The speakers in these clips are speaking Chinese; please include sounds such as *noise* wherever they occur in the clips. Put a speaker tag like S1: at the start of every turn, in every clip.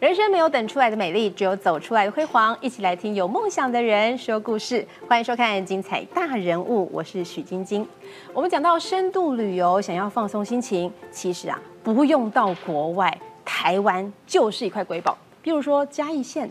S1: 人生没有等出来的美丽，只有走出来的辉煌。一起来听有梦想的人说故事，欢迎收看《精彩大人物》，我是许晶晶。我们讲到深度旅游，想要放松心情，其实啊，不用到国外，台湾就是一块瑰宝。比如说嘉义县，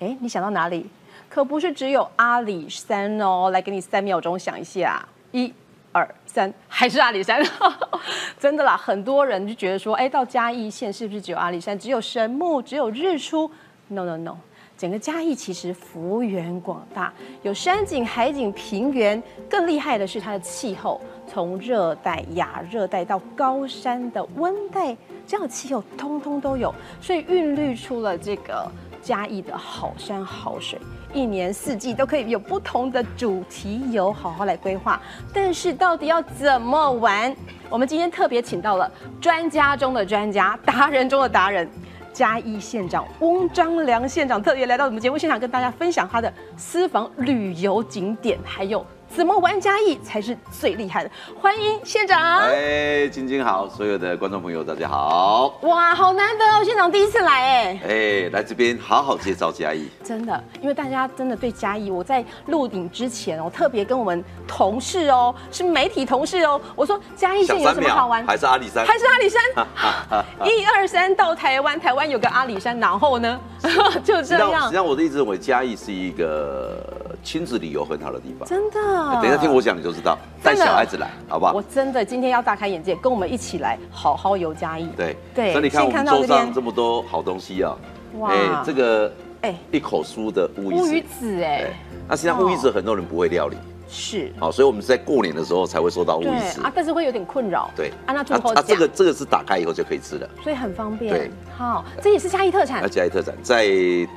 S1: 哎，你想到哪里？可不是只有阿里山哦。来，给你三秒钟想一下，一。二三还是阿里山， *laughs* 真的啦，很多人就觉得说，哎，到嘉义县是不是只有阿里山，只有神木，只有日出？No No No，整个嘉义其实幅员广大，有山景、海景、平原，更厉害的是它的气候，从热带、亚热带到高山的温带，这样的气候通通都有，所以孕育出了这个嘉义的好山好水。一年四季都可以有不同的主题游，好好来规划。但是到底要怎么玩？我们今天特别请到了专家中的专家，达人中的达人，嘉义县长翁章良县长特别来到我们节目现场，跟大家分享他的私房旅游景点，还有怎么玩嘉义才是最厉害的。欢迎县长！
S2: 哎，晶晶好，所有的观众朋友大家好。
S1: 哇，好难得哦，县长第一次来哎。
S2: 哎，来这边好好介绍嘉义。
S1: 真的，因为大家真的对嘉义，我在录影之前哦，特别跟我们同事哦，是媒体同事哦，我说嘉义县有什么好玩？
S2: 还是阿里山？
S1: 还是啊阿里山？ *laughs* 一二三到台湾，台湾有个阿里山，然后呢， *laughs* 就
S2: 实际
S1: 这
S2: 上，实
S1: 样
S2: 际，上我一直认为嘉义是一个亲子旅游很好的地方。
S1: 真的。
S2: 等一下听我讲你就知道，带
S1: 啊真的
S2: 小孩子来好不好
S1: 我？真的今天要大开眼界，跟我们一起来好好游嘉义。
S2: 对
S1: 对
S2: 所以你看
S1: 先
S2: 我
S1: 看
S2: 们
S1: 到
S2: 桌
S1: 这边
S2: 上这么多好东西啊。
S1: 哇
S2: 哎，这个
S1: 哎，
S2: 一口酥的乌
S1: 乌鱼
S2: 鱼子。
S1: 子哦哎
S2: 哎，那实际上乌鱼子很多人不会料理，
S1: 是，
S2: 好，所以我们是在过年的时候才会收到乌
S1: 对
S2: 鱼子。
S1: 啊，但是会有点困扰。
S2: 对，
S1: 啊，那最后
S2: 这个这个是打开以后就可以吃的。
S1: 所以很方便
S2: 对。
S1: 好，这也是嘉义特产
S2: 那。嘉义特产在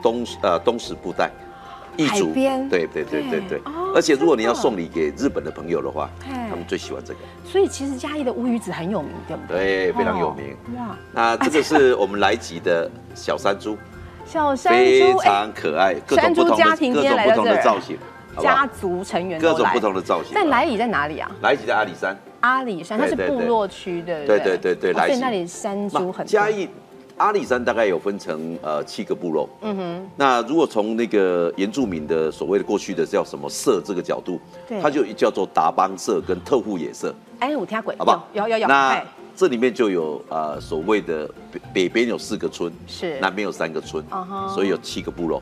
S2: 东呃东石布袋，义
S1: 海
S2: 竹
S1: 边
S2: 对对对
S1: 对
S2: 对对
S1: 哦。
S2: 而且如果你要
S1: 真的
S2: 送礼给日本的朋友的话，
S1: 嘿
S2: 他们最喜欢这个。
S1: 所以其实嘉义的乌鱼子很有名，对不对？
S2: 对，非常有名。
S1: 哦哇，
S2: 那这个是我们来吉的小山猪，
S1: 小 *laughs* 山
S2: 非
S1: 猪哎，
S2: 常可爱，各
S1: 山猪
S2: 种不同
S1: 家
S2: 的
S1: 庭今
S2: 各
S1: 天
S2: 种
S1: 来
S2: 不
S1: 到
S2: 同
S1: 这
S2: 的
S1: 儿
S2: 造型，好不
S1: 家
S2: 好？
S1: 族成员都来
S2: 各种不同的造型。
S1: 在莱里在哪里啊？
S2: 来吉的阿里山，
S1: 阿里山，它是
S2: 对对
S1: 部
S2: 对
S1: 落区，对不
S2: 对
S1: 对？
S2: 对对对
S1: 哦
S2: 莱
S1: 所以
S2: 西
S1: 那里山猪很多。
S2: 嘉义阿里山大概有分成呃七个部落。嗯哼。那如果从那个原住民的所谓的过去的叫什么社这个角度
S1: 对，
S2: 它就叫做达邦社跟特护野社，
S1: 哎，我听鬼，
S2: 好不好？
S1: 有有有有，
S2: 那
S1: 哎
S2: 这里面就有呃所谓的北北边有四个村，
S1: 是
S2: 南边有三个村
S1: 嗯哼，
S2: 所以有七个部落，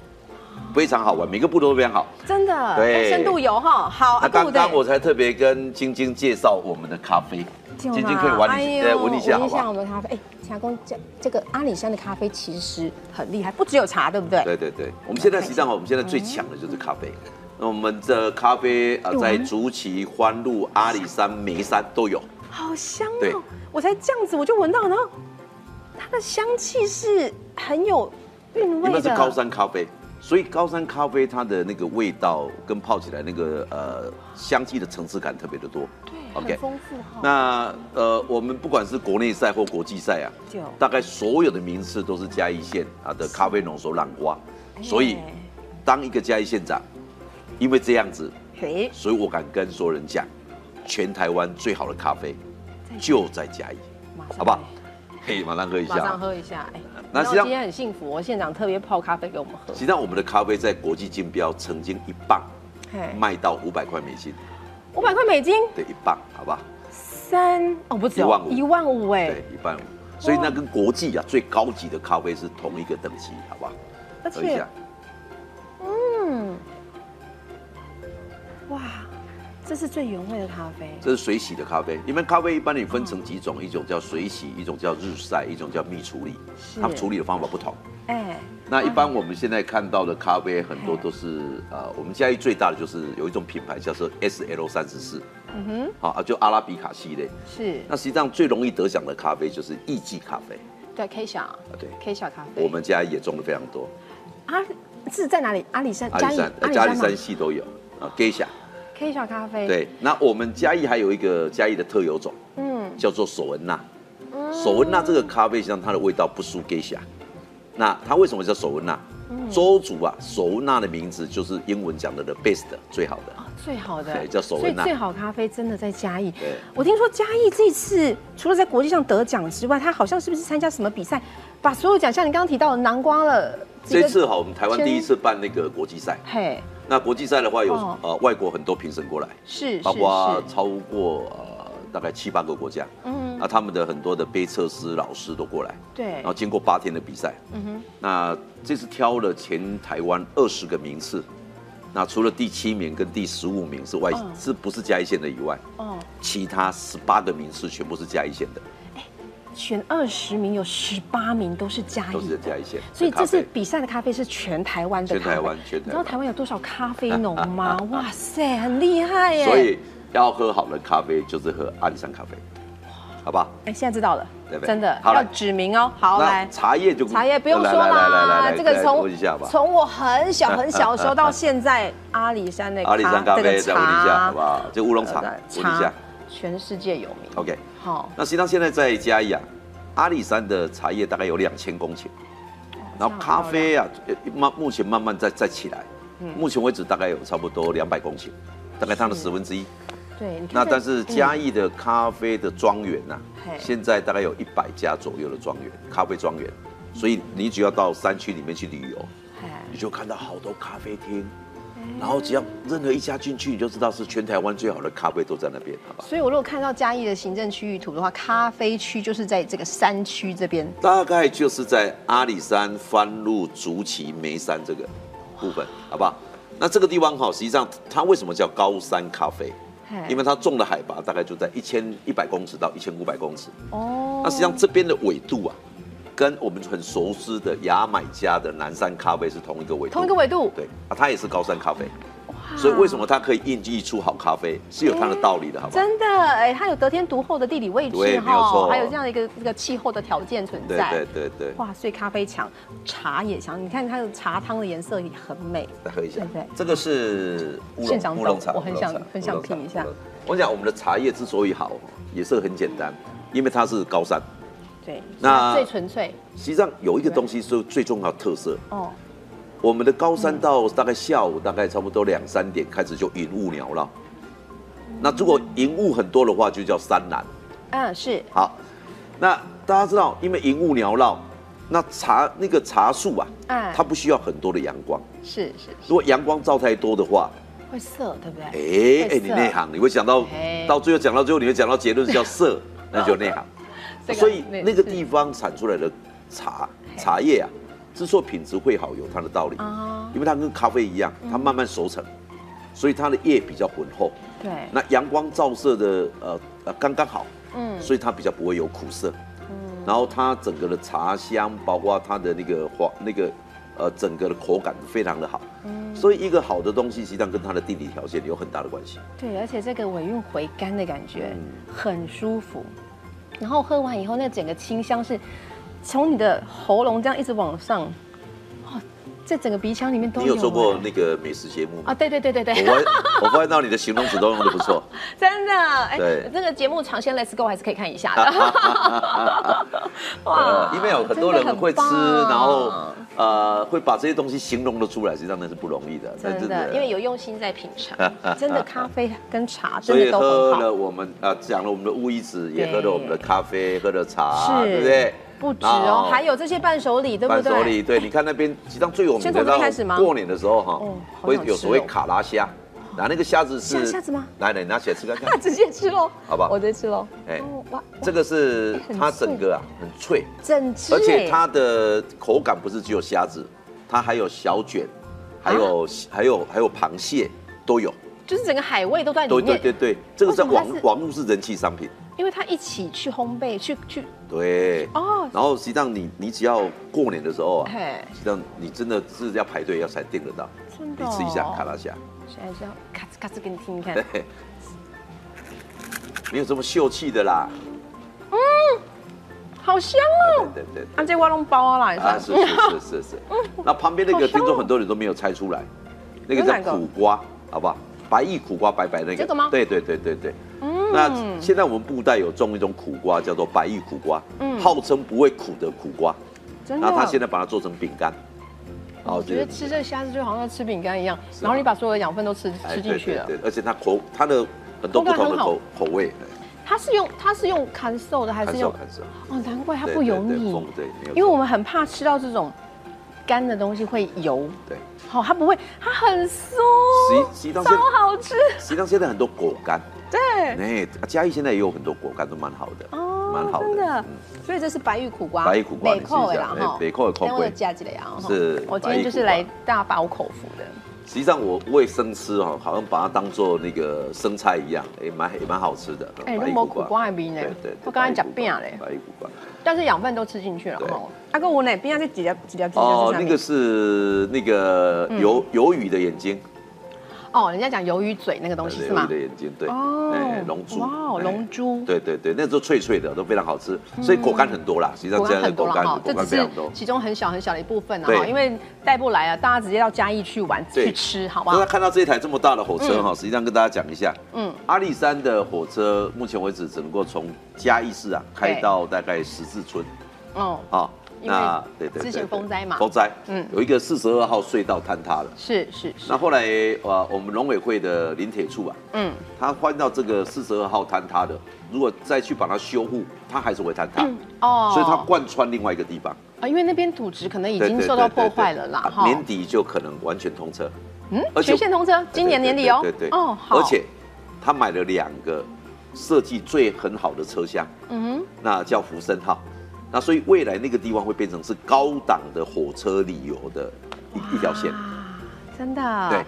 S2: 非常好玩，每个部落都非常好。
S1: 真的，哎
S2: 对
S1: 深度游哈，好
S2: 那
S1: 啊，对不对
S2: 刚刚？我才特别跟晶晶介绍我们的咖啡，晶晶可以玩
S1: 哎
S2: 一
S1: 呦
S2: 下，呃闻一下好
S1: 闻一
S2: 不
S1: 下
S2: 好
S1: 我？们的咖啡。哎，茶工，这这个阿里山的咖啡其实很厉害，不只有茶，对不对？
S2: 对对对，我们现在实际上我们现在最强的就是咖啡。那我们这咖啡啊，
S1: 有吗
S2: 在竹崎、欢路、阿里山、眉山都有。
S1: 好香
S2: 对
S1: 哦！我才这样子我就闻到，然后它的香气是很有韵
S2: 因
S1: 味
S2: 为是
S1: 的。
S2: 高山咖啡，所以高山咖啡它的那个味道跟泡起来那个呃香气的层次感特别的多。
S1: 很丰富哈。
S2: 那呃，我们不管是国内赛或国际赛啊
S1: 就，
S2: 大概所有的名次都是嘉义县啊的咖啡浓缩浪花。所以
S1: 哎，
S2: 当一个嘉义县长，因为这样子，
S1: 嘿，
S2: 所以我敢跟所有人讲，全台湾最好的咖啡就在嘉义，
S1: 马上
S2: 好不好？嘿，马上喝一
S1: 马上
S2: 下。
S1: 喝一下。哎，那
S2: 那实
S1: 我
S2: 际上
S1: 今天很幸福哦，县长特别泡咖啡给我们喝
S2: *laughs* 实。际上，我们的咖啡在国际竞标曾经一磅
S1: 嘿，
S2: 卖到五百块美金，
S1: 五百块美金，
S2: 对，一磅，好吧，
S1: 三哦不止
S2: 一万五
S1: 一万五哎
S2: 对，，一磅五。所以那跟国际啊最高级的咖啡是同一个等级，好不好？
S1: 而
S2: 喝一
S1: 且
S2: 下，
S1: 嗯，哇，这是最原味的咖啡。
S2: 这是水洗的咖啡。因为咖啡一般你分成几种，一种叫水洗，一种叫日晒，一种叫蜜处理，
S1: 是
S2: 它们处理的方法不同。
S1: 哎，
S2: 那一般我们现在看到的咖啡很多都是呃，我们嘉义最大的就是有一种品牌叫做 S L 三十四，
S1: 嗯哼，
S2: 好啊，就阿拉比卡系列。
S1: 是
S2: 那实际上最容易得奖的咖啡就是意记咖啡，
S1: 对 K 小
S2: 对
S1: ，K 小咖啡。
S2: 我们家也种的非常多，
S1: 阿是在哪里？阿里山，
S2: 阿里山、呃
S1: 嘉
S2: 嘉
S1: 义
S2: 义
S1: 山
S2: 山
S1: 吗
S2: 系都有啊。给一下，
S1: ，K 小咖啡。，
S2: 对。那我们嘉义还有一个嘉义的特有种
S1: 嗯，
S2: 叫做索文娜，索文娜这个咖啡实际上它的味道不输给下。那它为什么叫索文娜？
S1: 嗯
S2: 周族啊，索文娜的名字就是英文讲的 the best 最好的。
S1: 最好的
S2: 对叫手
S1: 所以
S2: 纹啊
S1: 最好咖啡真的在嘉义。
S2: 对
S1: 我听说嘉义这次除了在国际上得奖之外，他好像是不是参加什么比赛，把所有奖项，你刚刚提到的南瓜了，几个
S2: 这次哈，我们台湾第一次办那个国际赛，
S1: 嘿
S2: 那国际赛的话有
S1: 哦
S2: 呃外国很多评审过来，
S1: 是是
S2: 包括
S1: 是，
S2: 超过呃大概七八个国家，
S1: 嗯
S2: 那他们的很多的杯测师老师都过来，
S1: 对
S2: 然，后经过八天的比赛，
S1: 嗯哼，
S2: 那这次挑了全台湾二十个名次，那除了第七名跟第十五名是外
S1: 嗯
S2: 是不是嘉义县的以外，
S1: 哦，
S2: 其他十八个名次全部是嘉义县的，
S1: 前二十名有十八名都是嘉
S2: 都
S1: 义
S2: 是
S1: 的
S2: 嘉。义县的咖啡。
S1: 所以这次比赛的咖啡是全台湾的
S2: 全
S1: 咖啡，
S2: 台湾全台湾
S1: 你知道台湾有多少咖啡农
S2: *laughs*
S1: 吗？哇塞，很厉害耶！
S2: 所以要喝好的咖啡就是喝阿里山咖啡，好吧？
S1: 哎，现在知道了
S2: 对，不对
S1: 真的
S2: 好
S1: 要
S2: 来
S1: 指名哦。好，
S2: 那
S1: 来，
S2: 茶叶就
S1: 茶叶不用说
S2: 来来来来
S1: 啦
S2: 来，，
S1: 这个
S2: 来
S1: 从
S2: 问一下吧。
S1: 从我很小很小的时候到现在，阿里山的
S2: 阿里山咖
S1: 这
S2: 啡
S1: 个
S2: 再问一下
S1: 茶
S2: 好不好？这乌龙茶
S1: 呃
S2: 问一下
S1: 茶全世界有名。
S2: ，OK。
S1: 好，
S2: 那实际上现在在嘉义啊，阿里山的茶叶大概有两千公顷，然后咖啡啊，呃慢目前慢慢在在起来，目前为止大概有差不多两百公顷，大概它的十分之一。
S1: 对，你看
S2: 那
S1: 这
S2: 但是嘉义的咖啡的庄园呐
S1: 嘿，
S2: 现在大概有一百家左右的庄园，咖啡庄园。所以你只要到山区里面去旅游，
S1: 哎
S2: 你就看到好多咖啡厅，然后只要任何一家进去，你就知道是全台湾最好的咖啡都在那边，好吧？
S1: 所以我如果看到嘉义的行政区域图的话，咖啡区就是在这个山区这边。
S2: 大概就是在阿里山、番路、竹崎、梅山这个部分，好不好？那这个地方哈，实际上它为什么叫高山咖啡？
S1: 嘿
S2: 因为它种的海拔大概就在一千一百公尺到一千五百公尺。
S1: 哦
S2: 那实际上这边的纬度啊，跟我们很熟知的牙买加的南山咖啡是同一个纬度。
S1: 同一个纬度，
S2: 对啊，它也是高山咖啡，所以为什么它可以孕育出好咖啡是有它的道理的，好不好？
S1: 真的哎，它有得天独厚的地理位
S2: 对
S1: 置
S2: 没有错
S1: 还有这样的一个这个气候的条件存
S2: 对
S1: 在。
S2: 对对对，
S1: 哇，所以咖啡强，茶也强。你看它的茶汤的颜色也很美。
S2: 来喝一下
S1: 对对，
S2: 这个是乌
S1: 现
S2: 龙
S1: 场
S2: 乌龙茶，
S1: 懂我很
S2: 乌龙茶
S1: 想很想品一下。
S2: 乌龙茶我想我们的茶叶之所以好，也是很简单，因为它是高山。
S1: 对，
S2: 那
S1: 最纯粹
S2: 实际上有一个东西是最重要的特色，
S1: 哦，
S2: 我们的高山到
S1: 嗯
S2: 大概下午大概差不多两三点开始就云雾缭绕。那如果云雾很多的话，就叫山蓝。
S1: 嗯，是
S2: 好，那大家知道，因为云雾缭绕，那茶那个茶树啊
S1: 哎，
S2: 它不需要很多的阳光。
S1: 是是，
S2: 如果阳光照太多的话，
S1: 会涩，对不对？
S2: 哎
S1: 会
S2: 哎，
S1: 涩
S2: 你内行，你会讲到
S1: 哎
S2: 到最后讲到最后，你会讲到结论是
S1: *laughs*
S2: 叫色，那就内行。
S1: 这
S2: 所以那个
S1: 是
S2: 地方产出来的茶
S1: 嘿
S2: 茶叶啊，之所以品质会好，有它的道理
S1: 啊，
S2: 因为它跟咖啡一样，它慢慢熟成，
S1: 嗯
S2: 所以它的叶比较浑厚。
S1: 对，
S2: 那阳光照射的呃呃刚刚好，
S1: 嗯
S2: 所以它比较不会有苦涩。然后它整个的茶香，包括它的那个花那个呃整个的口感非常的好。
S1: 嗯
S2: 所以一个好的东西，实际上跟它的地理条件有很大的关系。
S1: 对，而且这个尾韵回甘的感觉
S2: 嗯
S1: 很舒服，然后喝完以后，那整个清香是从你的喉咙这样一直往上，哦，这整个鼻腔里面都
S2: 你
S1: 有
S2: 有
S1: 哎。
S2: 做过那个美食节目吗
S1: 啊？？对对对对
S2: 我
S1: 对，
S2: 发我发现到你的形容词都用的
S1: *laughs*
S2: 不错。
S1: 真的，哎
S2: 对啊
S1: 这个节目《尝鲜 Let's Go》还是可以看一下的。 *laughs*
S2: 呃，啊因为有很多人会吃，
S1: 啊真的很棒
S2: 然后呃会把这些东西形容的出来，实际上那是不容易的。那
S1: 真的，因为有用心在品尝，真的咖啡跟茶
S2: 啊所
S1: 真
S2: 以
S1: 的都
S2: 喝
S1: 很
S2: 了
S1: 好。
S2: 我们呃讲了我们的乌鱼子，也
S1: 对
S2: 喝了我们的咖啡，喝了茶，对不对？
S1: 不止哦，还
S2: 有
S1: 有这些伴手礼，对不
S2: 啊伴
S1: 对？
S2: 手礼，对，你看那边实际上最有名
S1: 先从
S2: 的，
S1: 这边开始吗
S2: 到过年的时候哈
S1: 哦，好
S2: 会
S1: 想吃
S2: 有所谓
S1: 哦
S2: 卡拉虾，拿那个虾子是
S1: 虾虾子吗？
S2: 来来，拿起来吃看看
S1: 那。直接吃喽，
S2: 好吧
S1: 我直接吃喽。
S2: 哎
S1: 哦哇，
S2: 这个是
S1: 很
S2: 它
S1: 脆
S2: 整个啊很脆，
S1: 整只，
S2: 而且它的口感不是只有虾子，它还有小卷，还
S1: 啊
S2: 有、还有还有螃蟹都有。
S1: 就是整个海味都在里
S2: 对
S1: 面，
S2: 对对对，这个在
S1: 为什么
S2: 网
S1: 它是
S2: 网络是人气商品。
S1: 因为它一起去烘焙，去去
S2: 对。
S1: 哦，
S2: 然后实际上你你只要过年的时候啊，
S1: 嘿，
S2: 实际上你真的是要排队要才订得到。
S1: 真
S2: 你
S1: 的、哦，
S2: 吃一下 *laughs* 卡拉虾，
S1: 现在就要咔哧咔哧给你听听看，
S2: 对，没有这么秀气的啦。
S1: 好香哦，
S2: 对
S1: *laughs*
S2: 对对。
S1: 啊，这挖弄包啊啦，也
S2: 啊，
S1: 算
S2: 是是是是是。那旁边那
S1: 好
S2: 个，
S1: 香哦
S2: 听说很多人都没有猜出来，那个
S1: 有哪个
S2: 叫苦瓜，好不好？白玉苦瓜，白白那个。
S1: 这个吗嗯
S2: 对对对对对。那现在我们布袋有种一种苦瓜，叫做白玉苦瓜，号称不会苦的苦瓜。
S1: *laughs* 嗯真的。哦
S2: 那它现在把它做成饼干。哦然后
S1: 我觉得吃这个虾子就好像在吃饼干一样，然后你把所有的养分都吃
S2: 啊哎
S1: 吃进去了。
S2: 对对对，而且它口它的很多不同
S1: 口感很
S2: 的
S1: 好
S2: 口口味。
S1: 它是用它是用砍瘦的还
S2: 看
S1: 是
S2: 瘦
S1: 用？
S2: 看瘦，
S1: 哦，难怪它
S2: 对
S1: 不油
S2: 对对
S1: 腻
S2: 风，对，没
S1: 因
S2: 有
S1: 为
S2: 错
S1: 我们很怕吃到这种干的东西会油。
S2: 对，
S1: 好、它不会，它很酥，
S2: 实实际上
S1: 超
S2: 现在
S1: 好吃。
S2: 实际上现在很多果干，
S1: 对，
S2: 哎，嘉义现在也有很多果干都蛮好的，
S1: 哦
S2: 蛮好
S1: 真的
S2: 嗯
S1: 所以这是白玉苦瓜，
S2: 白玉苦瓜
S1: 北扣的啦
S2: 你试一下
S1: 哈，
S2: 哎北扣的口味
S1: 但我有加几个呀哈
S2: 是
S1: 我今天就是来大饱口福的。
S2: 实际上我喂生吃哦，好像把它当做那个生菜一样，哎，蛮也蛮好吃的。
S1: 哎你
S2: 白玉
S1: 都没苦瓜的味呢
S2: 对对，
S1: 我刚才
S2: 白玉
S1: 讲
S2: 苦瓜
S1: 饼嘞
S2: 白玉苦瓜。
S1: 但是养分都吃进去了
S2: 对啊
S1: 哈。阿哥，我哪边要是几条几条几条
S2: 哦，
S1: 在上
S2: 那个
S1: 面？嗯
S2: 是那个鱿鱿鱼的眼睛，
S1: 哦，人家讲鱿鱼嘴那个东西是
S2: 鱿鱼
S1: 吗
S2: 的？眼睛，对，
S1: 哦
S2: 哎，龙珠，
S1: 哇哦
S2: 哎
S1: 龙珠
S2: 对对对，那都脆脆的，都非常好吃。所以果干很多啦，实际上
S1: 嗯果
S2: 这
S1: 干
S2: 样的
S1: 很多
S2: 果
S1: 了
S2: 干
S1: 哈，
S2: 果
S1: 这
S2: 干
S1: 只
S2: 非
S1: 是
S2: 常多。
S1: 其中很小很小的一部分啊哈，
S2: 对
S1: 因为带不来啊，大家直接到嘉义去玩
S2: 对
S1: 去吃，好不
S2: 大家
S1: 好？
S2: 看到这一台这么大的火
S1: 嗯
S2: 车哈，实际上跟大家讲一下，嗯，阿里山的火车目前为止只能够从嘉义市啊开
S1: 对
S2: 到大概十字村。
S1: 哦，
S2: 啊，
S1: 因为
S2: 那对对，
S1: 之前
S2: 对对
S1: 风灾嘛
S2: 风灾，
S1: 嗯
S2: 嗯，有一个四十二号隧道坍塌了。
S1: 是是是
S2: 那，后来呃，我们农委会的林铁处啊，
S1: 嗯，
S2: 他换到这个四十二号坍塌的，如果再去把它修护，它还是会坍塌，
S1: 哦
S2: 所以它贯穿另外一个地方，
S1: 啊，因为那边土质可能已
S2: 已
S1: 经受到破坏了啦，哈。
S2: 啊年底就可能完全通车，
S1: 嗯，
S2: 而且
S1: 全线通车，今年年底哦。
S2: 对对对对
S1: 哦，好。
S2: 而且他买了两个设计最很好的车厢，
S1: 嗯
S2: 那叫福生号。那所以未来那个地方会变成是高档的火车旅游的一一条线，
S1: 啊，真的。
S2: 对。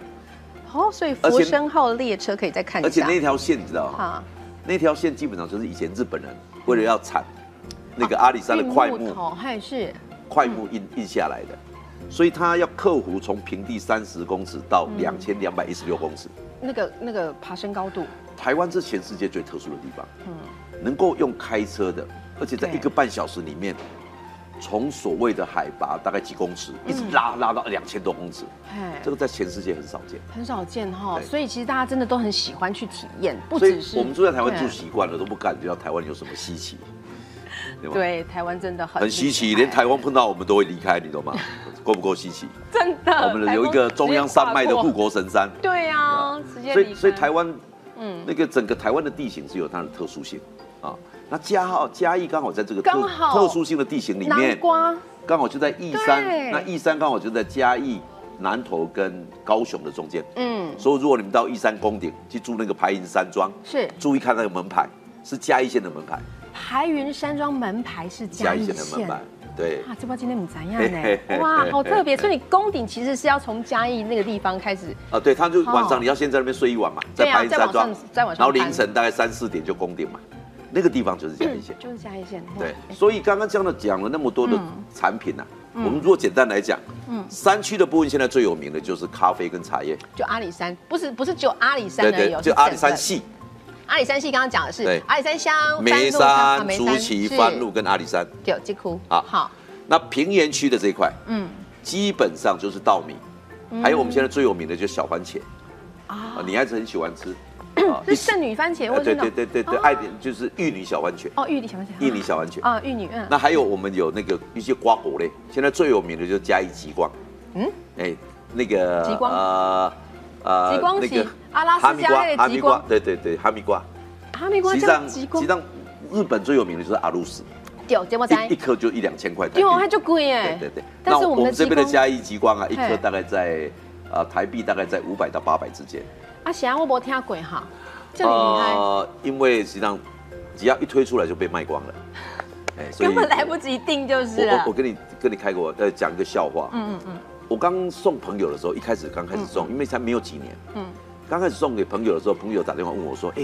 S1: 哦，所以
S2: 而
S1: 福
S2: 且
S1: 生号列车可以再看一
S2: 而且
S1: 下。
S2: 那条线你知道吗？
S1: 啊，
S2: 那条线基本上就是以前日本人
S1: 嗯
S2: 为了要产那个阿里山的快
S1: 运
S2: 木，
S1: 啊头还是
S2: 快木印印下来的，所以他要克服从平地三十公尺到
S1: 嗯
S2: 两千两百一十六公尺。
S1: 那个那个爬升高度，
S2: 台湾是全世界最特殊的地方，
S1: 嗯，
S2: 能够用开车的，而且在
S1: 对
S2: 一个半小时里面，从所谓的海拔大概几公尺，
S1: 嗯
S2: 一直拉拉到两千多公尺，
S1: 哎
S2: 这，个在全世界很少见。
S1: 很少见哈，
S2: 对
S1: 所以其实大家真的都很喜欢去体验，不
S2: 所
S1: 只
S2: 以
S1: 是
S2: 我们住在台湾
S1: 对
S2: 住习惯了，都不感觉到台湾有什么稀奇，对吧？
S1: 对台湾真的很
S2: 很稀
S1: *laughs*
S2: 奇，连台湾碰到我们都会离开，你懂吗？够不够稀奇？
S1: 真的，
S2: 我们有一个中央山脉的护
S1: 户，
S2: 国神山，
S1: 对啊，直接
S2: 所
S1: 离
S2: 以所以
S1: 开
S2: 台湾，
S1: 嗯
S2: 嗯，那个整个台湾的地形是有它的特殊性啊。那嘉浩嘉义刚好在这个
S1: 刚
S2: 特
S1: 好
S2: 特殊性的地形里
S1: 南
S2: 面，
S1: 瓜
S2: 刚好就在义
S1: 对
S2: 山，那义山刚好就在嘉义、南投跟高雄的中间。
S1: 嗯
S2: 所以如果你们到义山宫顶去住那个排云山庄，
S1: 是
S2: 注意看那个门牌，是嘉义县的门牌，
S1: 排云山庄门牌是嘉义
S2: 县
S1: 县
S2: 的门牌，对。
S1: 啊，这包今天你怎样
S2: 嘿嘿
S1: 呢？
S2: 嘿
S1: 哇，好特别！
S2: 嘿嘿
S1: 所以你宫顶其实是要从嘉义那个地方开始，
S2: 啊，对，他就晚
S1: 哦
S2: 上你要先在那边睡一晚嘛，在
S1: 对啊
S2: 白云山庄
S1: 再往上再往上
S2: 然后凌
S1: 攀
S2: 晨大概三四点就攻顶嘛，那个地方就是嘉义县。
S1: 就是嘉义县。哇
S2: 对，所以刚刚讲了讲了那么多的
S1: 嗯
S2: 产品呐、我们如果简单来讲，嗯，山区的部分现在最有名的就是咖啡跟茶叶，
S1: 就阿里山，不是不是只有阿里山而已哦，
S2: 就是阿里山
S1: 整个
S2: 系、
S1: 阿里山系刚刚讲的是
S2: 对
S1: 阿里山乡、
S2: 眉
S1: 番路乡啊
S2: 山、
S1: 梅
S2: 竹崎、
S1: 是
S2: 番路跟阿里山。
S1: 对，吉库
S2: 啊
S1: 好，
S2: 那平原区的这一块，
S1: 嗯
S2: 基本上就是稻米，还有我们现在最有名的就是小番茄，
S1: 啊，，
S2: 啊女孩子很喜欢吃，啊
S1: *coughs* 是圣女番茄
S2: 呃
S1: 或
S2: 对
S1: 者那
S2: 对
S1: 种
S2: 对对对，
S1: 哦
S2: 爱点就是玉女小番茄，
S1: 哦，玉女小番茄，
S2: 印尼小番茄。
S1: 啊，玉女嗯，
S2: 那还有我们有那个一些瓜果类，现在最有名的就是嘉义极光。
S1: 嗯
S2: 嗯，哎，那个
S1: 极光
S2: 呃呃
S1: 极光
S2: 那
S1: 是
S2: 个
S1: 阿拉斯加那个
S2: 哈
S1: 极
S2: 密
S1: 光
S2: 瓜，对对对，哈密瓜。
S1: 哈密瓜
S2: 实际
S1: 叫
S2: 上，
S1: 吉
S2: 实
S1: 库
S2: 际，上日本最有名的就是阿鲁斯，
S1: 对，节目在
S2: 一一，颗就一两千块台币。
S1: 因为它就贵
S2: 对
S1: 哎，
S2: 对对。
S1: 但是我们的
S2: 这边的
S1: 吉光
S2: 嘉义极光啊，一
S1: 嘿
S2: 颗大概在呃台币大概在五百到八百之间。
S1: 啊，显然我没听过哈，这里厉害。
S2: 呃，因为实际上只要一推出来就被卖
S1: *laughs*
S2: 光了，哎，所以
S1: 根本来不及订就是
S2: 我
S1: 了
S2: 我我。跟你跟你开过，呃，讲一个笑话。嗯嗯嗯。我刚送朋友的时候，一开始刚开始送，因为才没有几年。
S1: 嗯
S2: 嗯。刚开始送给朋友的时候，朋友打电话问我说：“哎、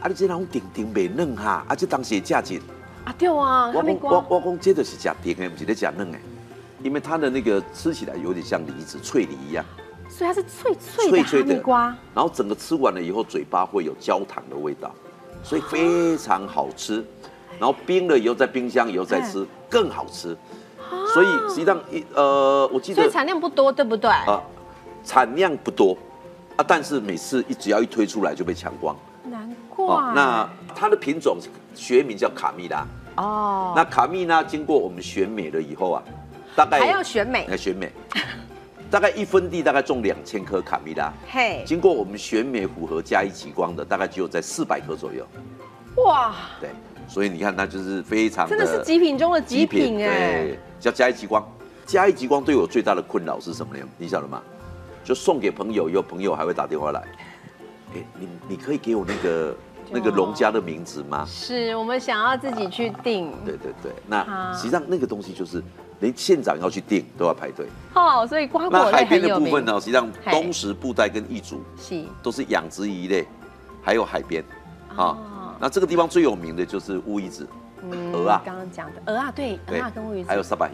S2: 啊，你这人顶顶袂嫩哈，啊，这当时价钱。
S1: 啊，对啊，哈
S2: 我
S1: 密
S2: 讲我
S1: 瓜，
S2: 我讲这就是假顶的，不是在假嫩哎，因为它的那个吃起来有点像梨子脆梨一样，
S1: 所以它是脆脆的哈密瓜，
S2: 然后整个吃完了以后，嘴巴会有焦糖的味道，所以非常好吃。
S1: 哎
S2: 然后冰了以后，在冰箱以后再吃更好吃。所以实际上一呃，我记
S1: 啊所
S2: 得
S1: 以产量不多，对不对？
S2: 啊，产量不多啊，但是每次一只要一推出来就被抢光。哦
S1: 难怪。
S2: 那它的品种学名叫卡蜜拉，
S1: 哦，
S2: 那卡蜜拉经过我们选美了以后啊，大概
S1: 哎
S2: *laughs*
S1: 还要选美
S2: 来选美。大概一分地大概种两千颗卡蜜拉，
S1: 嘿，
S2: 经过我们选美符合加一极光的，大概只有在四百颗左右。
S1: 哇，
S2: 对，所以你看它就是非常
S1: 真的是极品中的极品哎，
S2: 对，叫加一极光。加一极光对我最大的困扰是什么呢？你晓得吗？就送给朋友，有朋友还会打电话来，哎，你你可以给我那个
S1: 哦
S2: 那个农家的名字吗？
S1: 是我们想要自己去定，
S2: 对对对，
S1: 啊
S2: 那实际上那个东西就是连县长要去订都要排队。
S1: 哦，所以瓜
S2: 那
S1: 果
S2: 海
S1: 类
S2: 边
S1: 很
S2: 的
S1: 有
S2: 部分
S1: 名。
S2: 呢，实际上
S1: 嘿
S2: 东石布袋跟义竹
S1: 是
S2: 都是养殖鱼类，还有海边啊
S1: 哦。
S2: 那这个地方最有名的就是乌鱼子、鹅啊，
S1: 嗯刚刚讲的鹅啊，对，鹅啊跟乌鱼子，
S2: 还有沙巴鱼。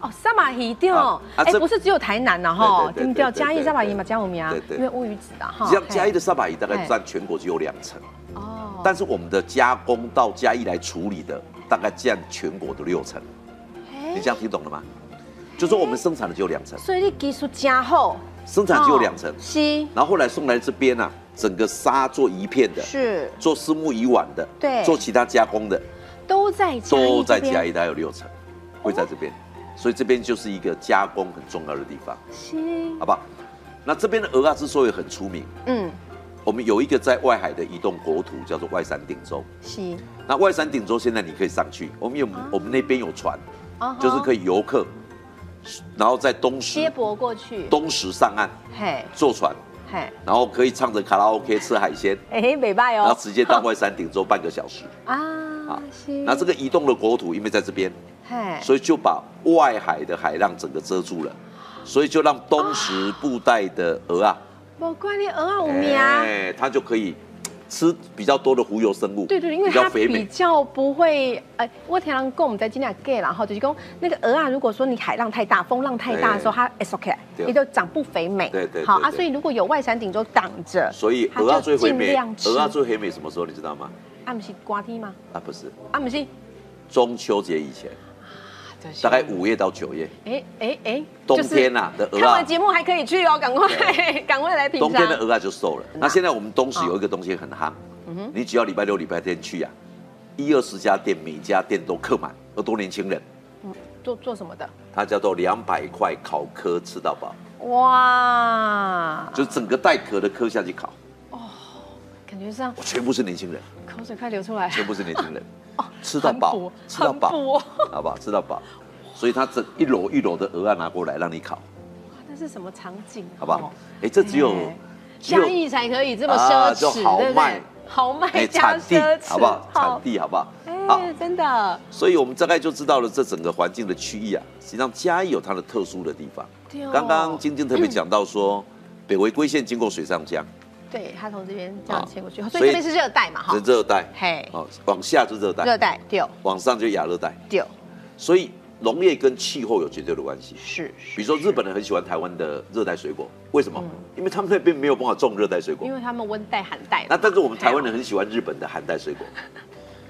S1: 哦，萨马鱼对哦
S2: 啊，啊
S1: 哎，
S2: 这
S1: 不是只有台南呐哈，
S2: 对对对
S1: 定掉
S2: 对对
S1: 嘉义
S2: 对
S1: 萨马鱼
S2: 对
S1: 嘛，加五名啊
S2: 对，对
S1: 因为乌鱼子啊哈，
S2: 实际上嘉义
S1: 的
S2: 的沙巴鱼大概
S1: 嘿
S2: 占全国只有两成，
S1: 哦，
S2: 但是我们的加工到嘉义来处理的，大概占全国的六成。你
S1: 哎
S2: 这样听懂了吗？就说我们生产的只有两成，
S1: 所以你技术真好，
S2: 生产只有两成
S1: 哦，是
S2: 然后后来送来这边啊，整个沙做一片的，
S1: 是
S2: 做私募鱼碗的，
S1: 对
S2: 做其他加工的，
S1: 都在嘉义
S2: 都在
S1: 这边
S2: 嘉义，大概有六成会在这边，所以这边就是一个加工很重要的地方，
S1: 是
S2: 好不好？那这边的鹅啊之所以很出名，
S1: 嗯
S2: 我们有一个在外海的移动国土叫做外山顶洲，
S1: 是
S2: 那外山顶洲现在你可以上去，我们有
S1: 啊
S2: 我们那边有船，
S1: 哦吼
S2: 就是可以游客，然后在东
S1: 接
S2: 石
S1: 驳过去，
S2: 东石上岸
S1: 嘿
S2: 坐船，
S1: 嘿，
S2: 然后可以唱着卡拉 OK 吃海鲜，
S1: 哎，美拜
S2: 然后
S1: 哦
S2: 直接到外山顶洲半个小
S1: *laughs*
S2: 时。
S1: 啊
S2: 啊，
S1: 是，
S2: 那这个移动的国土因为在这边，
S1: 嘿，
S2: 所以就把外海的海浪整个遮住了，所以就让东石布袋的鹅啊，
S1: 无怪你鹅啊有名。
S2: 哎，它就可以吃比较多的浮游生物，
S1: 对对，因为
S2: 比较
S1: 它
S2: 肥
S1: 比
S2: 美，
S1: 较不会，呃，我听人讲，我们在今天 gay 然后就是讲那个鹅啊，如果说你海浪太大、风浪太大的时候，它 s OK，
S2: 哎对
S1: 也就长不肥美。
S2: 对对对
S1: 好啊，
S2: 对
S1: 所以如果有外山顶就挡着，
S2: 所以
S1: 它
S2: 鹅啊
S1: 就
S2: 最肥
S1: 尽
S2: 美
S1: 量，吃。
S2: 鹅啊最肥美什么时候你知道吗？
S1: 啊，不是瓜地吗？
S2: 啊，不是
S1: 啊，不是，啊
S2: 中秋节以前，大概，五月到九月，
S1: 哎哎哎，
S2: 冬天呐
S1: 就是
S2: 的鹅啊
S1: 看完节目还可以去哦，赶快 *laughs* 赶快来品尝。
S2: 冬天的鹅啊就瘦了。那现在我们东石
S1: 哦
S2: 有一个东西很夯，
S1: 嗯
S2: 你只要礼拜六、礼拜天去啊，一二十家店每家店都客满，有多年轻人。
S1: 做做什么的？
S2: 它叫做两百块烤壳吃到饱，
S1: 哇，
S2: 就是整个带壳的壳下去烤，
S1: 感觉上
S2: 哇全部是年轻人，
S1: 口水快流出来了，
S2: 全部是年
S1: *laughs*
S2: 轻人，吃到
S1: 哦很
S2: 饱
S1: 补，
S2: 吃到饱
S1: 很补哦，
S2: *laughs* 好不好？吃到饱，所以它整一篓一篓的鹅啊拿过来让你烤，
S1: 那是什么场景？
S2: 好不好？哎，这只有
S1: 哦哎
S2: 只
S1: 嘉
S2: 有
S1: 义才可以这么奢
S2: 啊
S1: 侈，
S2: 就豪
S1: 对不对
S2: 迈？
S1: 豪迈加
S2: 哎产地
S1: 奢侈，
S2: 好不好？产地好不好？好，
S1: 哎，真的，
S2: 所以我们大概就知道了这整个环境的区域啊，实际上嘉义有它的特殊的地方。
S1: 对哦
S2: 刚刚晶晶特别讲到说，北回归线经过水上江，
S1: 对他从这边这样切过去，
S2: 好
S1: 所以这边
S2: 所
S1: 是
S2: 以
S1: 热带嘛，哈
S2: 是，热带，
S1: 嘿
S2: 哦，往下就热带
S1: 热，带丢
S2: 往上就亚热带，
S1: 丢
S2: 所以农业跟气候有绝对的关系。
S1: 是，是
S2: 比如说日本人很喜欢台湾的热带水果，为什么？因为他们那边没有办法种热带水果
S1: 嗯因。为他们温带寒带嘛，
S2: 那但是我们台湾
S1: 对
S2: 人很喜欢日本的寒带
S1: *laughs*
S2: 水果，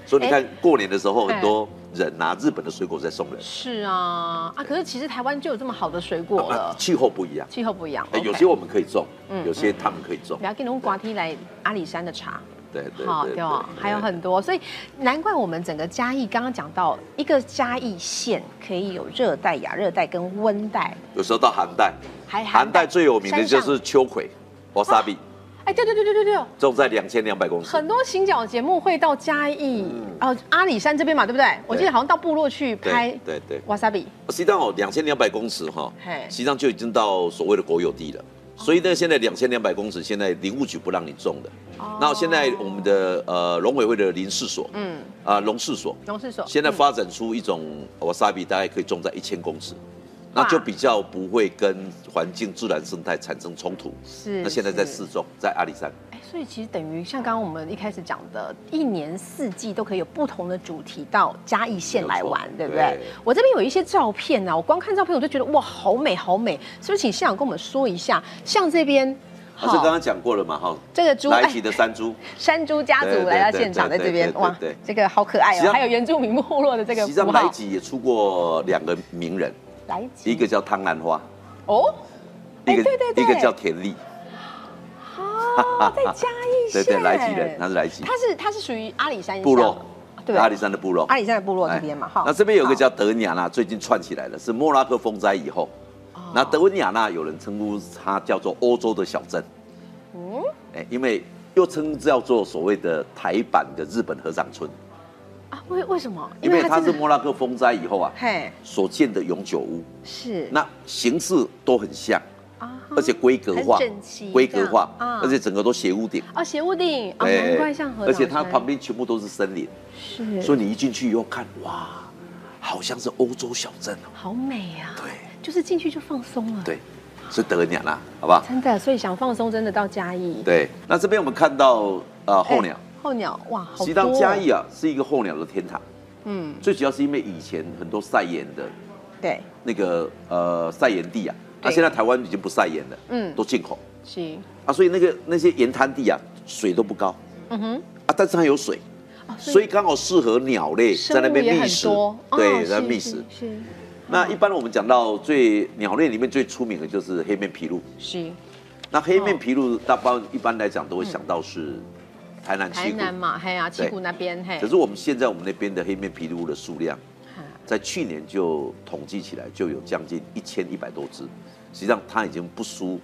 S2: 所以你
S1: 哎
S2: 看过年的时候，很多人拿日本的水果在送人
S1: 哦，是啊啊，可是其实台湾就有这么好的水果
S2: 啊
S1: 了，
S2: 气候不一样。
S1: 气候不一样
S2: 哎，，有
S1: OK
S2: 些我们可以种
S1: 嗯，
S2: 有些他们可以种
S1: 不。要给你们刮梯来阿里山的茶。
S2: 对对
S1: 好，
S2: 对
S1: 对哦，还有很多，所以难怪我们整个嘉义刚刚讲到一个嘉义县可以有热带、亚热带跟温带，
S2: 有时候到寒带，
S1: 还
S2: 寒带最有名的就
S1: 山上
S2: 是秋葵、瓦萨比，
S1: 哎，对对对对对对，
S2: 种在两千两百公尺。
S1: 很多行脚节目会到嘉义哦、阿里山这边嘛，对不对？我记得好像到部落去拍
S2: 嗯对对对
S1: w a s a
S2: 实际上哦，两千两百公尺哈
S1: 嘿，哦
S2: 实际上就已经到所谓的国有地了。所以呢，现在两千两百公尺，现在林务局不让你种的。
S1: 哦
S2: 那现在我们的呃农委会的林试所，
S1: 嗯
S2: 嗯，啊农试所，
S1: 农事所，嗯
S2: 现在发展出一种瓦萨比，大概可以种在一千公尺，那就比较不会跟环境自然生态产生冲突。
S1: 是
S2: 那现在在
S1: 是
S2: 试种，在阿里山。
S1: 哎，所以其实等于像刚刚我们一开始讲的，一年四季都可以有不同的主题到嘉义县来玩
S2: 没，
S1: 对
S2: 有错
S1: 不对
S2: 对？
S1: 我这边有一些照片啊，我光看照片我就觉得哇，好美好美，是不是？请县长跟我们说一下，像这边，
S2: 而啊且刚刚讲过了嘛，哈，
S1: 这个猪哎
S2: 来一起的山猪，
S1: 山猪家
S2: 对
S1: 族
S2: 对
S1: 来到
S2: 对
S1: 现场，在
S2: 对
S1: 这边
S2: 对对
S1: 哇
S2: 对对，
S1: 这个好可爱
S2: 实际
S1: 哦，
S2: 上
S1: 还有原住民部落的 *laughs* 这
S2: 实
S1: 个嗯
S2: 际
S1: 符
S2: 上来
S1: 号，
S2: 吉也出过两个名人，
S1: 来一集
S2: 一个叫汤兰花，
S1: 哦，哎
S2: 一个
S1: 对对对
S2: 一个叫田丽，
S1: 哦，在嘉义县，
S2: *laughs* 对对，来吉人，他是来吉
S1: 他是他是属于阿里山乡
S2: 部落，
S1: 对
S2: 阿里山的部落
S1: 阿。里山的部落这
S2: 哎
S1: 边嘛哈，
S2: 那这边有一个
S1: 好
S2: 叫德尼亚纳，最近串起来了，是莫拉克风灾以后，
S1: 哦
S2: 那德文亚纳有人称呼它叫做欧洲的小镇，嗯，哎，因为又称叫做所谓的台版的日本合掌村，
S1: 啊，为为什么？
S2: 因为
S1: 它
S2: 它是
S1: 真的
S2: 莫拉克风灾以后啊
S1: 嘿
S2: 所建的永久屋，
S1: 是
S2: 那形式都很像，
S1: 啊哈
S2: 而且规格化
S1: 很整齐，
S2: 规格化
S1: 这样啊，
S2: 而且整个都斜屋顶，
S1: 哦
S2: 哎
S1: 斜屋顶，哦难怪像河
S2: 而且它
S1: 岛山
S2: 旁边全部都是森林，
S1: 是，
S2: 所以你一进去以后看，哇，好像是欧洲小镇哦，
S1: 好美啊，
S2: 对
S1: 就是进去就放松了，，
S2: 对，是德文亚纳，好不好？
S1: 真的，所以想放松真的到嘉义，
S2: 对，那这边我们看到呃
S1: 哎，
S2: 候鸟，
S1: 候鸟哇，好
S2: 实际
S1: 多
S2: 上
S1: 哦
S2: 嘉义啊是一个候鸟的天堂，
S1: 嗯
S2: 最主要是因为以前很多晒盐的
S1: 对
S2: 那个呃晒盐地啊，那
S1: 对
S2: 现在台湾已经不晒盐了，
S1: 嗯
S2: 嗯，都进口
S1: 是
S2: 啊，所以那个那些盐滩地啊水都不高
S1: 嗯哼
S2: 啊，但是它有水，
S1: 哦
S2: 所以刚好适合鸟类
S1: 生物
S2: 在那边
S1: 也
S2: 觅
S1: 很
S2: 食
S1: 多，哦
S2: 对，在
S1: 是
S2: 觅
S1: 是
S2: 食。
S1: 是
S2: 那一般我们讲到最鸟类里面最出名的就是黑面琵鹭，
S1: 是
S2: 那黑面琵
S1: 哦
S2: 鹭大包一般来讲都会想到是台南
S1: 台
S2: 七股。
S1: 南嘛，嘿啊，七
S2: 对
S1: 股那边嘿，啊
S2: 可是我们现在我们那边的黑面琵鹭的数量，
S1: 哈
S2: 在去年就统计起来就有将近一千一百多只，实际上它已经不输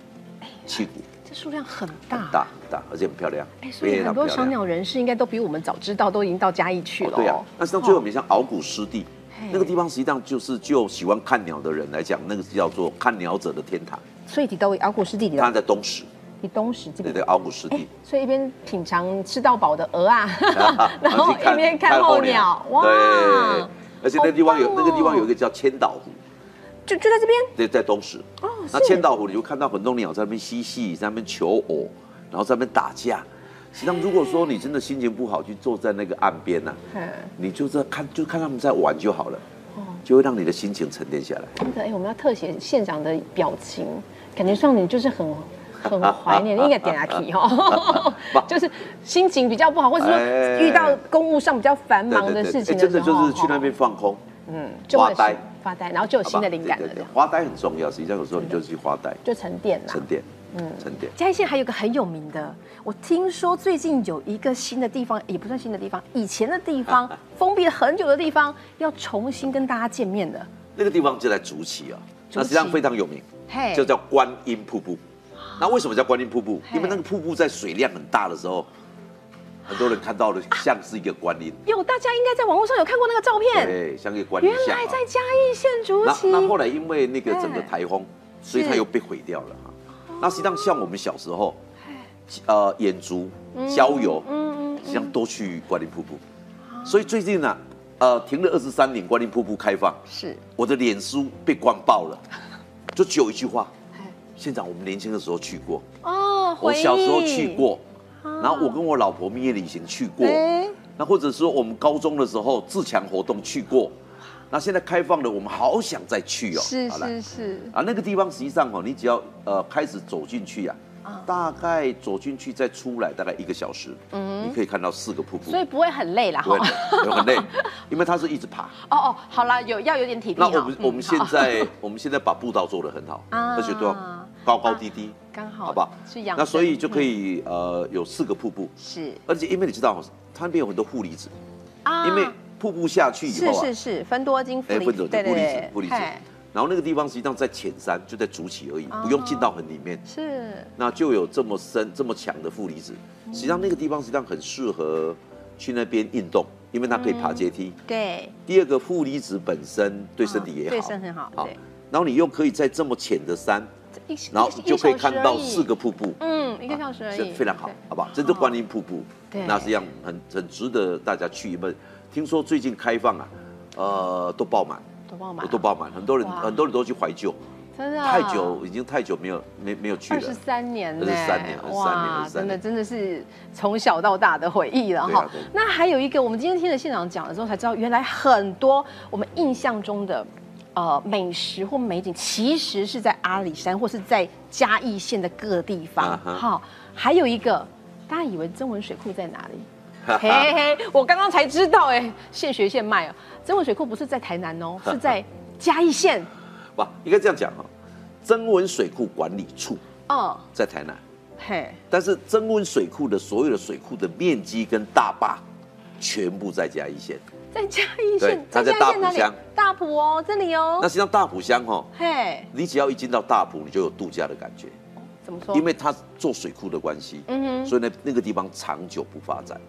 S2: 七股，
S1: 这数量很
S2: 很
S1: 大
S2: 大很大，而且很漂亮
S1: 哎，，所以
S2: 非
S1: 很
S2: 常
S1: 多
S2: 漂
S1: 赏
S2: 亮。
S1: 鸟人士应该都比我们早知道，都已经到嘉义去
S2: 哦
S1: 了、
S2: 对啊，那实际上最有
S1: 哦
S2: 名像鳌骨湿地
S1: 嘿，
S2: 那个地方实际上就是就喜欢看鸟的人来讲，那个叫做看鸟者的天堂，
S1: 所以提啊到鳌骨湿地里
S2: 它
S1: 的
S2: 在东石，
S1: 提东石这
S2: 对
S1: 边，
S2: 对，鳌骨湿
S1: 哎
S2: 地。，
S1: 所以一边品尝吃到饱的鹅
S2: *laughs*
S1: 啊，然
S2: 然后
S1: 后
S2: 去
S1: 一边看候鸟，哇，
S2: 对，而且那地方有、
S1: 好棒哦
S2: 那个地方有一个叫千岛湖，
S1: 就就在这边
S2: 对，在东石。
S1: 哦，
S2: 那
S1: 是
S2: 千岛湖你就看到很多鸟在那边嬉戏，在那边求偶，然后在那边打架。实际上，如果说你真的心情不好，去坐在那个岸边呐、
S1: 嗯哦
S2: 你就在看，就看他们在玩就好了，就会让你的心情沉淀下来。
S1: 真的哎，我们要特写县长的表情，感觉上你就是
S2: *laughs*
S1: 很。很怀念，应该点下题哦，就是心情比较不好，或者说
S2: 哎
S1: 遇到公务上比较繁忙的事情
S2: 哎
S1: 的
S2: 真
S1: 时
S2: 的
S1: 候，
S2: 就是去那
S1: 哦
S2: 边放空，
S1: 嗯，就会有
S2: 发呆
S1: 新发呆，然后就有
S2: 好
S1: 新
S2: 吧
S1: 的灵感
S2: 对
S1: 了，
S2: 对
S1: 这
S2: 对
S1: 样
S2: 花呆很重要，实际上有时候你就去花呆，
S1: 就沉淀啦。
S2: 沉淀，嗯，沉淀。
S1: 嘉义县还有一个很有名的，我听说最近有一个新的地方，也不算新的地方，以前的地 *laughs* 方封闭了很久的地方，要重新跟大家见面的。
S2: 那个地方就在竹崎啊，
S1: 竹崎
S2: 那实际上非常有名
S1: 嘿，
S2: 就叫观音瀑布。那为什么叫观音瀑布？
S1: 嘿
S2: 因为那个瀑布在水量很大的时候，很多人看到的像是一个观音，
S1: 有，大家应该在网络上有看过那个照片，
S2: 对，像一个观音
S1: 啊原
S2: 像
S1: 来
S2: 啊
S1: 在。嘉义县竹崎。
S2: 那那后来因为那个整个
S1: 嘿
S2: 台风，所以
S1: 是
S2: 它又被毁掉了哈。那实际上像我们小时候，呃，演竹、郊游，
S1: 嗯嗯啊
S2: 实际上多去观音瀑布。所以最近呢、呃，停了二十三年，观音瀑布开放，
S1: 是，
S2: 我的脸书被灌爆
S1: *laughs*
S2: 了，就只有一句话。
S1: 哎
S2: 现场我们年轻的时候去过，
S1: 哦，
S2: 我
S1: 回忆啊
S2: 小时候去，过，然后我跟我老婆蜜月旅行去过，
S1: 哎
S2: 那或者说我们高中的时候自强活动去过，那现在开放了，我们好想再去哦。
S1: 是
S2: 好啦
S1: 是是，
S2: 啊，那个地方实际上哦，你只要呃开始走进去啊，大概走进去再出来大概一个小时，你可以看到四个瀑布
S1: 嗯所，以不会很累啦
S2: 不
S1: 哈
S2: 会。很很累，因为它是一直
S1: *laughs*
S2: 爬。
S1: 哦哦，好啦，有要有点体力
S2: 那
S1: 哈。
S2: 我们
S1: 嗯
S2: 我们现在 *laughs* 我们现在把步道做得很好，
S1: 啊
S2: 而且都要高高低低，
S1: 刚好
S2: 好不好？
S1: 去嗯养生
S2: 那所以就可以呃有四个瀑布，
S1: 是
S2: 而且因为你知道它那边有很多负离子，
S1: 啊
S2: 因为瀑布下去以
S1: 是
S2: 后啊
S1: 是，是，分多金负
S2: 哎，
S1: 离
S2: 分走
S1: 子，
S2: 就负离子
S1: 对，
S2: 负离子
S1: 嘿。
S2: 然后那个地方实际上在浅山，就在竹崎而
S1: 哦
S2: 已，不用进到很里面，
S1: 是
S2: 那就有这么深、这么强的负离子。
S1: 嗯
S2: 实际上那个地方实际上很适合去那边运动，因为它可以爬阶
S1: 嗯
S2: 梯。
S1: 对，
S2: 第二个，负离子本身对身体也好，
S1: 哦对身很好，对，
S2: 然后你又可以在这么浅的山，
S1: 一
S2: 然后
S1: 一
S2: 你就可以
S1: 一小
S2: 看
S1: 时而已
S2: 到四个瀑布，
S1: 嗯，一个小时而
S2: 是
S1: 已，
S2: 非常好
S1: 对，
S2: 好不好？这是观音瀑布，
S1: 对
S2: 那实际上很很值得大家去。因为听说最近开放啊，呃，都爆满，
S1: 都帮我买了，
S2: 都爆满，很多人
S1: 哇
S2: 很多人都去怀旧，
S1: 真的啊
S2: 太久已经太久没有没没有去
S1: 二
S2: 了
S1: 十。三年呢，
S2: 23年23年
S1: 哇，
S2: 23
S1: 真的
S2: 年
S1: 真的是从小到大的回忆了
S2: 对啊
S1: 哈
S2: 对。
S1: 那还有一个，我们今天听了县长讲了之后，才知道原来很多我们印象中的呃美食或美景，其实是在阿里山或是在嘉义县的各地方
S2: 啊。哈
S1: 好，还有一个，大家以为曾文水库在哪里？
S2: *laughs*
S1: 嘿嘿，我刚刚才知道，哎，现学现卖哦。曾文水库不是在台南
S2: *laughs*
S1: 哦，是在嘉义县。
S2: 哇，应该这样讲哦，增温水库管理处
S1: 哦，
S2: 在台南，
S1: 嘿，
S2: 但是增温水库的所有的水库的面积跟大坝全部在嘉义县。
S1: 在嘉义
S2: 对
S1: 县，
S2: 它在
S1: 嘉义
S2: 大
S1: 县
S2: 埔
S1: 哪里
S2: 乡？
S1: 大埔哦，这里哦
S2: 那。实际上大埔乡哈，
S1: 嘿，
S2: 你只要一进到大埔，你就有度假的感觉，
S1: 怎么说？
S2: 因为它做水库的关系，
S1: 嗯哼
S2: 所以呢那个地方长久不发展，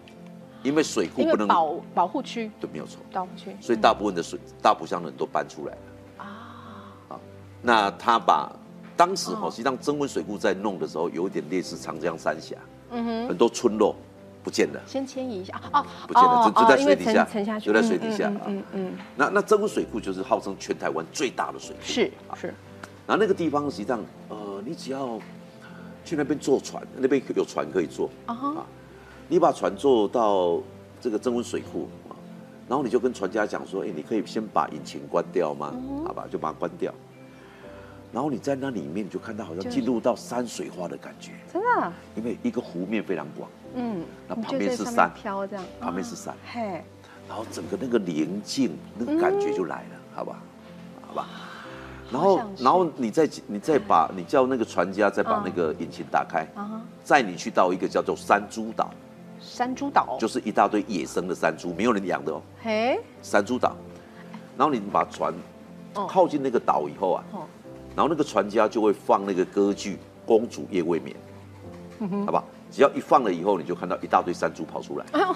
S2: 因为水库
S1: 因
S2: 不
S1: 为
S2: 能
S1: 保保护区，
S2: 对没有错，
S1: 保护区
S2: 所以大部分的水大埔乡人都搬出来了。
S1: 啊，
S2: 那他把当时
S1: 哦
S2: 哈，实际上增温水库在弄的时候，有一点类似长江三峡，
S1: 嗯哼，
S2: 很多村落不见了，
S1: 先迁移一下哦，
S2: 不见了
S1: 哦
S2: 就就在
S1: 哦因为
S2: 水底下
S1: 沉沉下去，
S2: 就在水底下啊
S1: 嗯嗯嗯嗯，嗯
S2: 那那增温水库就是号称全台湾最大的水库，
S1: 是
S2: 啊
S1: 是，
S2: 然后那个地方实际上，呃，你只要去那边坐船，那边有船可以坐
S1: 啊哈，
S2: 你把船坐到这个增温水库啊，然后你就跟船家讲说，哎，你可以先把引擎关掉吗？
S1: 嗯
S2: 好吧，就把它关掉。然后你在那里面你就看到好
S1: 就
S2: 像进入到山水画的感觉，
S1: 真的啊，
S2: 因为一个湖面非常广，
S1: 嗯，
S2: 那
S1: 你
S2: 旁
S1: 就
S2: 边
S1: 在
S2: 是
S1: 上面
S2: 山
S1: 飘这样，
S2: 旁边是山
S1: 啊嘿，
S2: 然后整个那个宁静那个感觉就来了，好吧，好吧。然后
S1: 想，去
S2: 然后你再你再把你叫那个船家再把
S1: 嗯
S2: 那个引擎打开，
S1: 啊哈，
S2: 载你去到一个叫做山猪岛，
S1: 山猪岛，
S2: 就是一大堆野生的山猪，没有人养的哦，
S1: 嘿，
S2: 山猪岛。然后你把船
S1: 哦
S2: 靠近那个岛以后啊，
S1: 哦，
S2: 然后那个船家就会放那个歌剧《公主夜未眠》，
S1: 嗯
S2: 好吧？只要一放了以后，你就看到一大堆山猪跑出来。
S1: 哎呦，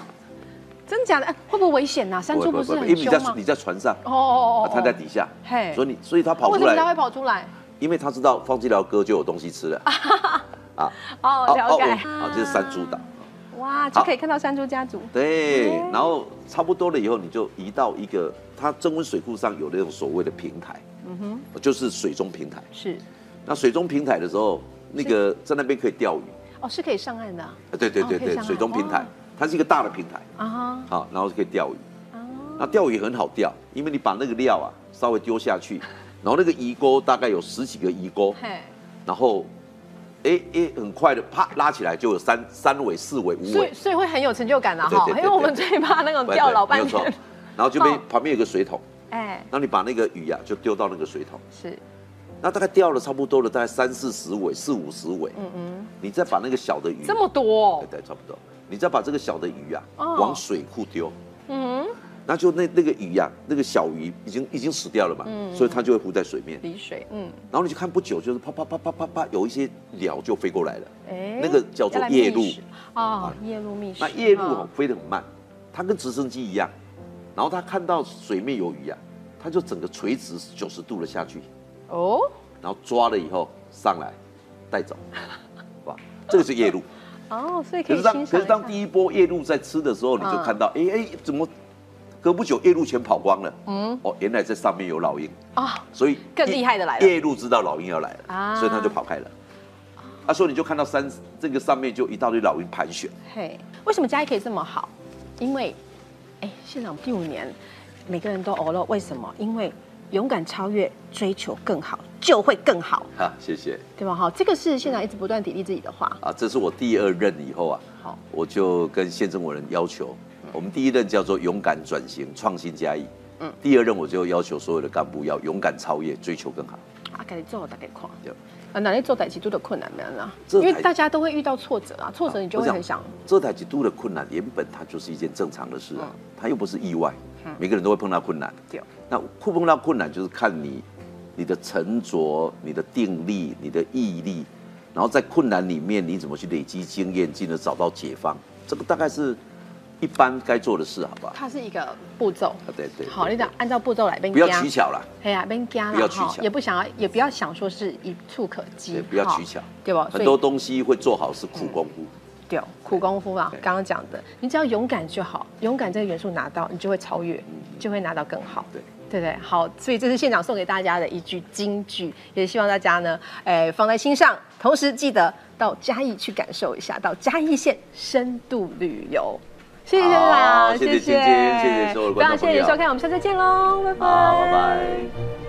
S1: 真假的？哎会不会危险呐？山猪不是
S2: 因
S1: 很
S2: 为你
S1: 凶
S2: 在
S1: 吗
S2: 你？在船上，
S1: 哦哦
S2: 啊
S1: 哦，
S2: 它在底下
S1: 嘿，
S2: 所以你所以它
S1: 哦
S2: 跑
S1: 为
S2: 出
S1: 什么它会
S2: 来，
S1: 跑出来？
S2: 因为它知道放这条歌就有东西吃了。啊，
S1: 哦，了解，
S2: 啊，这是山猪岛。
S1: 哇，就可以看到山猪家族，
S2: 对，然后差不多了以后，你就移到一个它增温水库上有那种所谓的平台，
S1: 嗯哼，
S2: 就是水中平台。
S1: 是，
S2: 那水中平台的时候，那个在那边可以钓鱼。
S1: 哦，是可以上岸的啊
S2: 啊对对
S1: 哦
S2: 对
S1: 可以
S2: 对，
S1: 上岸
S2: 水中平台
S1: 哇，
S2: 它是一个大的平台，
S1: 啊哈，
S2: 好，然后可以钓鱼。
S1: 啊，
S2: 那钓鱼很好钓，因为你把那个料啊稍微丢下去，然后那个鱼钩大概有十几个鱼钩，
S1: 嘿，
S2: 然后，哎哎，很快的啪拉起来就有三三尾、四尾、五
S1: 所
S2: 尾
S1: 以，所以会很有成就感啊
S2: 对对
S1: 哈，
S2: 对
S1: 因
S2: 对
S1: 为我们最怕那种钓老半
S2: 没有
S1: 天
S2: 错，然后就被
S1: 哦
S2: 旁边有个水桶，
S1: 哎，
S2: 然后你把那个鱼啊就丢到那个水桶，
S1: 是，
S2: 那大概钓了差不多了，大概三四十尾、四五十尾，
S1: 嗯嗯，
S2: 你再把那个小的鱼，
S1: 这么多
S2: 对
S1: 哦，
S2: 对，差不多，你再把这个小的鱼啊
S1: 哦
S2: 往水库丢，
S1: 嗯，
S2: 那就那那个鱼呀、那个小鱼已经已经死掉了嘛，
S1: 嗯
S2: 所以它就会浮在水面。
S1: 离水，嗯，
S2: 然后你就看不久，就是啪啪啪啪啪啪，有一些鸟就飞过来了。
S1: 哎
S2: 那个叫做
S1: 要来
S2: 夜
S1: 觅食
S2: 鹭
S1: 哦，夜鹭觅食，啊
S2: 那夜鹭
S1: 哈
S2: 哦飞得很慢，它跟直升机一样，然后它看到水面有鱼啊，它就整个垂直九十度的下去，
S1: 哦，
S2: 然后抓了以后上来
S1: *laughs*
S2: 带走，哇，这个是夜鹭。
S1: 哦，所以可
S2: 可
S1: 以
S2: 是
S1: 欣赏
S2: 当
S1: 一
S2: 可是当
S1: 下，
S2: 第一波夜鹭在吃的时候，你就看到哎哎、怎么隔不久夜鹭全跑光了？
S1: 嗯，
S2: 哦，原来这上面有老鹰。
S1: 啊，
S2: 所以
S1: 更厉害的来了
S2: 夜路知道老鹰要来了，
S1: 啊
S2: 所以他就跑开了。啊，所以你就看到山这个上面就一大堆老鹰盘旋，
S1: 嘿，为什么嘉义可以这么好？因为，哎，县长第五年，每个人都哦了，为什么？因为勇敢超越，追求更好，就会更好，
S2: 哈、谢谢
S1: 对吧？哈，这个是县长一直不断砥砺自己的话。
S2: 啊，这是我第二任以后啊，
S1: 好，
S2: 我就跟县政委人要求，我们第一任叫做勇敢转型，创新加以，
S1: 嗯
S2: 嗯，第二任我就要求所有的干部要勇敢超越，追求更好。
S1: 啊，给你做，大家看。
S2: 对
S1: 啊，哪里做歹其都的困难没有啦？
S2: 这
S1: 因为
S2: 台
S1: 大家都会遇到挫折啊，挫折你就
S2: 我
S1: 会很想，
S2: 这台极度的困难，原本它就是一件正常的事啊
S1: 嗯，
S2: 它又不是意外
S1: 嗯，
S2: 每个人都会碰到困难。
S1: 对，
S2: 那会碰到困难，就是看你你的沉着、你的定力、你的毅力，然后在困难里面你怎么去累积经验，进而找到解放。这个大概是一般该做的事，好吧？
S1: 它是一个步骤。
S2: 啊，对对，
S1: 好，你讲按照步骤来，边
S2: 不要取巧啦，
S1: 哎呀，边加
S2: 不要
S1: 啦
S2: 取
S1: 哈，
S2: 巧
S1: 也不想要，也不要想说是一触可及，
S2: 对，不要
S1: 哈
S2: 取巧，
S1: 对吧？
S2: 很多东西会做好是苦功夫。
S1: 对，苦功夫嘛
S2: 对，
S1: 刚刚讲的，你只要勇敢就好，勇敢这个元素拿到，你就会超越，就会拿到更好。
S2: 对，
S1: 对不对，好，所以这是县长送给大家的一句金句，也希望大家呢，哎，放在心上，同时记得到嘉义去感受一下，到嘉义县深度旅游。谢谢县
S2: 好
S1: 长，
S2: 谢谢晶晶谢谢所有的观众
S1: 非常谢谢
S2: 朋友
S1: 收看，我们下次见喽，拜拜，
S2: 好，拜拜。